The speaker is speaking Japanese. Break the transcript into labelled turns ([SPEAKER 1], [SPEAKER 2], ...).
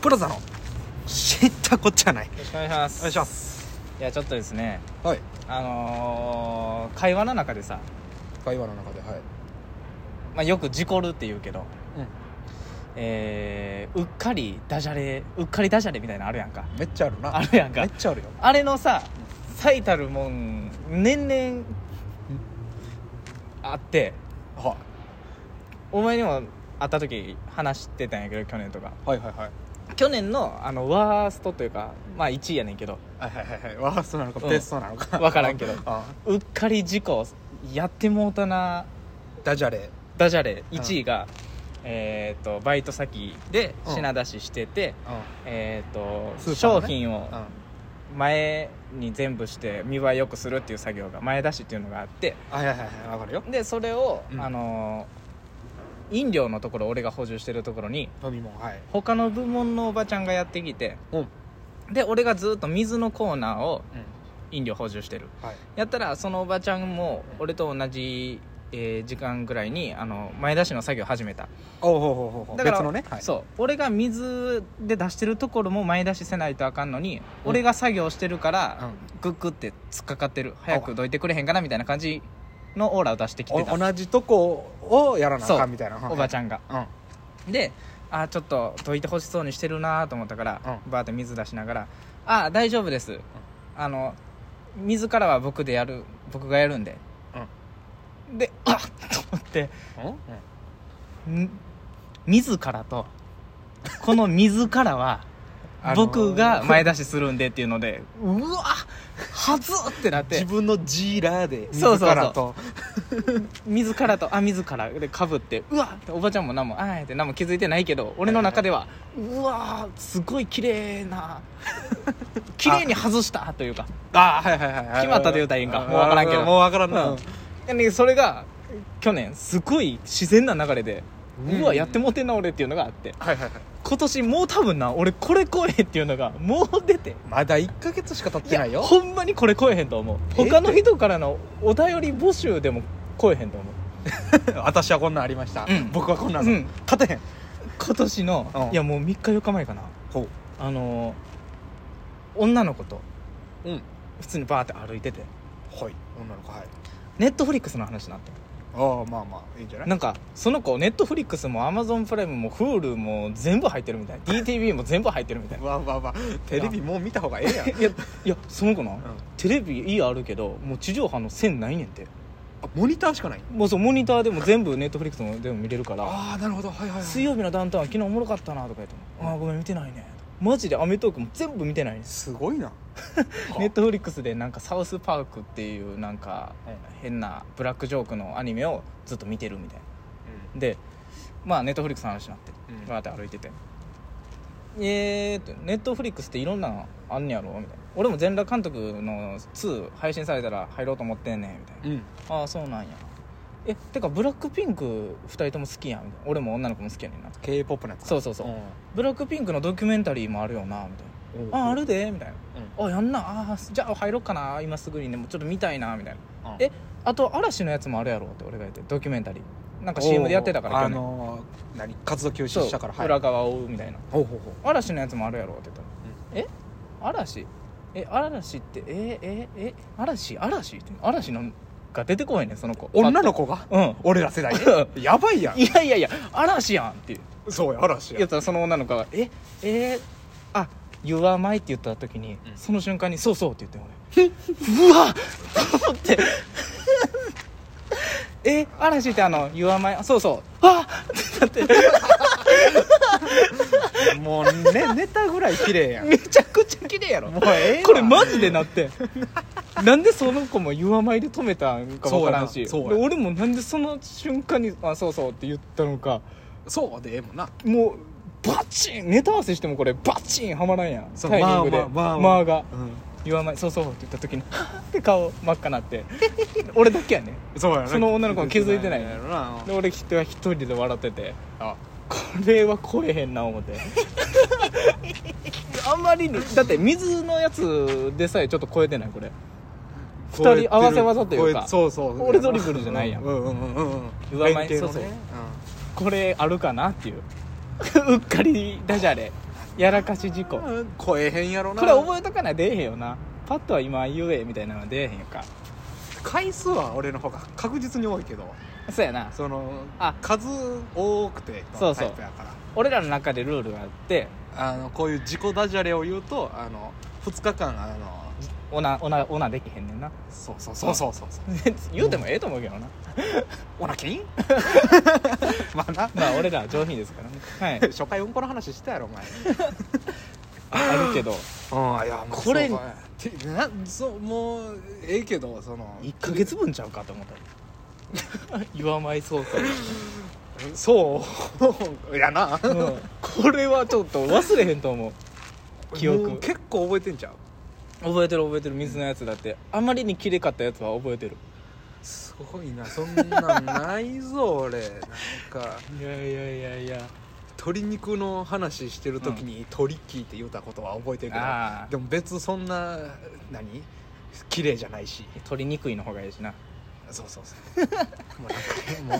[SPEAKER 1] プラザの知ったこっちゃない
[SPEAKER 2] ろしくお願いします
[SPEAKER 1] お願いします
[SPEAKER 2] いやちょっとですね
[SPEAKER 1] はい
[SPEAKER 2] あのー、会話の中でさ、
[SPEAKER 1] 会話の中ではい
[SPEAKER 2] まあ、よく事故るって言うけど、
[SPEAKER 1] うん
[SPEAKER 2] えー、うっかりダジャレうっかりダジャレみたいなのあるやんか
[SPEAKER 1] めっちゃあるな
[SPEAKER 2] あるやんか
[SPEAKER 1] めっちゃあるよ
[SPEAKER 2] あれのさ最たるもん年々あって
[SPEAKER 1] は
[SPEAKER 2] お前にも会った時話してたんやけど去年とか
[SPEAKER 1] いはいはいはい
[SPEAKER 2] 去年のあのワーストというかまあ1位やねんけど
[SPEAKER 1] はいはいはいはいワーストなのか
[SPEAKER 2] うん
[SPEAKER 1] ベストなのか
[SPEAKER 2] わからんけど
[SPEAKER 1] あ
[SPEAKER 2] うっかり事故やってもうたな
[SPEAKER 1] ダジャレ
[SPEAKER 2] ダジャレ1位が、えっ、とバイト先で品出ししてて、えっ、
[SPEAKER 1] ス
[SPEAKER 2] と、
[SPEAKER 1] ーパーのね
[SPEAKER 2] 商品を
[SPEAKER 1] うん
[SPEAKER 2] 前に全部して見栄え良くするっていう作業が前出しっていうのがあって
[SPEAKER 1] はいはいはいはいわかるよ
[SPEAKER 2] でそれを、
[SPEAKER 1] うん
[SPEAKER 2] あのー飲料のところ俺が補充してるところに
[SPEAKER 1] 飲み物はい
[SPEAKER 2] 他の部門のおばちゃんがやってきて
[SPEAKER 1] うん
[SPEAKER 2] で俺がずっと水のコーナーを飲料補充してる
[SPEAKER 1] はい
[SPEAKER 2] やったらそのおばちゃんも俺と同じ、えー時間ぐらいにあの前出しの作業始めた
[SPEAKER 1] おうほうほうほうほう
[SPEAKER 2] だから
[SPEAKER 1] 別のねはい
[SPEAKER 2] そう俺が水で出してるところも前出しせないとあかんのに、俺が作業してるから、グッグって突っかかってる早くどいてくれへんかなみたいな感じのオーラを出してき
[SPEAKER 1] う
[SPEAKER 2] て
[SPEAKER 1] ん
[SPEAKER 2] た
[SPEAKER 1] お同じとこをやらなあかんみたいな
[SPEAKER 2] おばち
[SPEAKER 1] ゃ
[SPEAKER 2] ゃんが
[SPEAKER 1] んうん
[SPEAKER 2] であーちょっとどいてほしそうにしてるなーと思ったから、
[SPEAKER 1] う
[SPEAKER 2] バーって水出しながら「あー大丈夫です、あの水からは僕でやる僕がやるんで」であっと思って
[SPEAKER 1] うんうん
[SPEAKER 2] ん自らと この自らは
[SPEAKER 1] あのー
[SPEAKER 2] 僕が前出しするんでっていうのでうわはずってなっ
[SPEAKER 1] 自
[SPEAKER 2] て
[SPEAKER 1] 分のジーラーで
[SPEAKER 2] そうそうそう
[SPEAKER 1] 自らと
[SPEAKER 2] 自らとあ自らでかぶってうわっておばちゃんも何もあーって何も気づいてないけど俺の中ではうわすごい綺麗 な綺麗に外したというか
[SPEAKER 1] あーはいはいはいはい
[SPEAKER 2] 決まったと言うたらいいんかもうわからんけど
[SPEAKER 1] もうわからんな、
[SPEAKER 2] うんでそれが去年すごい自然な流れで
[SPEAKER 1] うん
[SPEAKER 2] うわやってもうてんな俺っていうのがあって
[SPEAKER 1] はいはいはい
[SPEAKER 2] 今年もう多分な俺これ来えへんっていうのがもう出て
[SPEAKER 1] まだ1か月しか経っ
[SPEAKER 2] い
[SPEAKER 1] てな
[SPEAKER 2] や
[SPEAKER 1] いよ
[SPEAKER 2] ほんまにこれ来えへんと思う
[SPEAKER 1] え
[SPEAKER 2] 他の人からのお便り募集でも来えへんと思う
[SPEAKER 1] 私はこんなんありました、
[SPEAKER 2] うん
[SPEAKER 1] 僕はこんなんある、
[SPEAKER 2] うん
[SPEAKER 1] 勝てへん
[SPEAKER 2] 今年の
[SPEAKER 1] うん
[SPEAKER 2] いやもう3日4日前かな
[SPEAKER 1] ほう
[SPEAKER 2] あのー女の子と
[SPEAKER 1] うん
[SPEAKER 2] 普通にバーって歩いてて
[SPEAKER 1] はい女の子はい
[SPEAKER 2] ネットフリックスの話になって
[SPEAKER 1] ああまあまあいいんじゃない
[SPEAKER 2] なんかその子ネットフリックスもアマゾンプライムも Hulu も全部入ってるみたい DTV も全部入ってる みたいな
[SPEAKER 1] わわわテレビもう見た方がええや ん、
[SPEAKER 2] いやいやその子な、
[SPEAKER 1] うん
[SPEAKER 2] テレビいいあるけどもう地上波の線ないねんて
[SPEAKER 1] あモニターしかない
[SPEAKER 2] もうそうモニターでも全部ネットフリックスも全部見れるから
[SPEAKER 1] ああなるほどはいはい、はい、
[SPEAKER 2] 水曜日のダウンタウン昨日おもろかったなとか言って「
[SPEAKER 1] うん
[SPEAKER 2] ああごめん見てないね」マジで『アメトーーク』も全部見てないんです
[SPEAKER 1] すごい な
[SPEAKER 2] ネットフリックスでなんか「サウスパーク」っていうなんか
[SPEAKER 1] うん
[SPEAKER 2] 変なブラックジョークのアニメをずっと見てるみたいな
[SPEAKER 1] う
[SPEAKER 2] でまあネットフリックスの話になって
[SPEAKER 1] んうん
[SPEAKER 2] バーって歩いてて「えー」って「ネットフリックスっていろんなのあんねやろ?」みたいな「俺も全裸監督の2配信されたら入ろうと思ってんねん」みたいな
[SPEAKER 1] うん
[SPEAKER 2] ああそうなんやえてかブラックピンク2人とも好きやんみたいな俺も女の子も好きやねんな
[SPEAKER 1] k p o p のやつ
[SPEAKER 2] そうそうそう、ブラックピンクのドキュメンタリーもあるよなみたい
[SPEAKER 1] うん
[SPEAKER 2] なああるでみたい
[SPEAKER 1] うん
[SPEAKER 2] なあやんなあーじゃあ入ろっかな今すぐにねもうちょっと見たいなみたいな
[SPEAKER 1] うん
[SPEAKER 2] えあと嵐のやつもあるやろって俺が言ってドキュメンタリーなんか
[SPEAKER 1] おー
[SPEAKER 2] CM でやってたから
[SPEAKER 1] あ
[SPEAKER 2] 去年
[SPEAKER 1] のー何活動休止
[SPEAKER 2] そう
[SPEAKER 1] したから
[SPEAKER 2] 裏側を追うみたいな
[SPEAKER 1] ほうほうほう
[SPEAKER 2] 嵐のやつもあるやろって言ったら、え嵐え嵐ってえええ嵐嵐って嵐のが出てこへんねんその子
[SPEAKER 1] 女の子が
[SPEAKER 2] うん
[SPEAKER 1] 俺ら世代やばいやん
[SPEAKER 2] いやいやいや嵐やんって
[SPEAKER 1] そうや嵐
[SPEAKER 2] 言
[SPEAKER 1] や
[SPEAKER 2] ったらその女の子が「ええー、あ You are my」って言った時に、
[SPEAKER 1] うん
[SPEAKER 2] その瞬間に「そうそう」って言って俺うわっと思って「え嵐ってあの You are my あそうそう」あってなって
[SPEAKER 1] もう ねネタぐらい綺麗やんも
[SPEAKER 2] めちゃくちゃ綺麗やろ
[SPEAKER 1] うええわ
[SPEAKER 2] これマジでなってなんでその子も「You are my」で止めたんか分からんし
[SPEAKER 1] そうやなそう
[SPEAKER 2] で
[SPEAKER 1] や
[SPEAKER 2] 俺もなんでその瞬間に「あそうそう」って言ったのか
[SPEAKER 1] そうでええもんな
[SPEAKER 2] もうバチンネタ合わせしてもこれバチンはまらんやん
[SPEAKER 1] そう
[SPEAKER 2] タイミングで
[SPEAKER 1] まあまあまあまあ
[SPEAKER 2] まあが
[SPEAKER 1] うん
[SPEAKER 2] 言わないそうそうって言った時に はぁって顔真っ赤なって俺だけやね
[SPEAKER 1] そうやな
[SPEAKER 2] その女の子は気づいてない
[SPEAKER 1] やろな
[SPEAKER 2] で俺人は一人で笑ってて
[SPEAKER 1] あ
[SPEAKER 2] これは来えへんな思って あんまりにだって水のやつでさえちょっと超えてないこれ二人
[SPEAKER 1] 超えてる
[SPEAKER 2] 合わせ技というか
[SPEAKER 1] 超えそうそう
[SPEAKER 2] 俺ドリブルじゃないやん
[SPEAKER 1] うんうんうんうんうん
[SPEAKER 2] 上前
[SPEAKER 1] 連携のね
[SPEAKER 2] そうそうこれあるかなっていううっかりダジャレ
[SPEAKER 1] う
[SPEAKER 2] やらかし事故こ
[SPEAKER 1] 超えへんやろな
[SPEAKER 2] れ覚えとかな出えへんよなパッとは今言えみたいなのは出えへんよか
[SPEAKER 1] 回数は俺の方が確実に多いけど
[SPEAKER 2] そうやな
[SPEAKER 1] その
[SPEAKER 2] あ
[SPEAKER 1] 数多くての
[SPEAKER 2] そうそう
[SPEAKER 1] タイプやから
[SPEAKER 2] 俺らの中でルールがあって
[SPEAKER 1] あのこういう自己ダジャレを言うとあの2日間あの
[SPEAKER 2] オナオナオナできへんねんな
[SPEAKER 1] そうそうそうそうそうそう
[SPEAKER 2] 言うてもええと思うけどな
[SPEAKER 1] おなきん まあな
[SPEAKER 2] まあ俺らは上品ですからねはい
[SPEAKER 1] 初回うんこの話したやろお前
[SPEAKER 2] あるけど
[SPEAKER 1] ああいやもう
[SPEAKER 2] これ
[SPEAKER 1] そうかてなそうもうええけどその
[SPEAKER 2] 1ヶ月分ちゃうかと思 ったら岩前捜査
[SPEAKER 1] そう やな
[SPEAKER 2] うんこれはちょっと忘れへんと思う記憶
[SPEAKER 1] もう結構覚えてんちゃう
[SPEAKER 2] 覚えてる覚えてる水のやつだってあまりに綺麗かったやつは覚えてる
[SPEAKER 1] すごいなそんなんないぞ 俺なんか
[SPEAKER 2] いやいやいやいや
[SPEAKER 1] 鶏肉の話してる時に「トリッキー」って言ったことは覚えてるけど、
[SPEAKER 2] ああ
[SPEAKER 1] でも別そんな何綺麗じゃないし
[SPEAKER 2] 取りにくいの方がいいしな
[SPEAKER 1] そうそうそうもうなんかも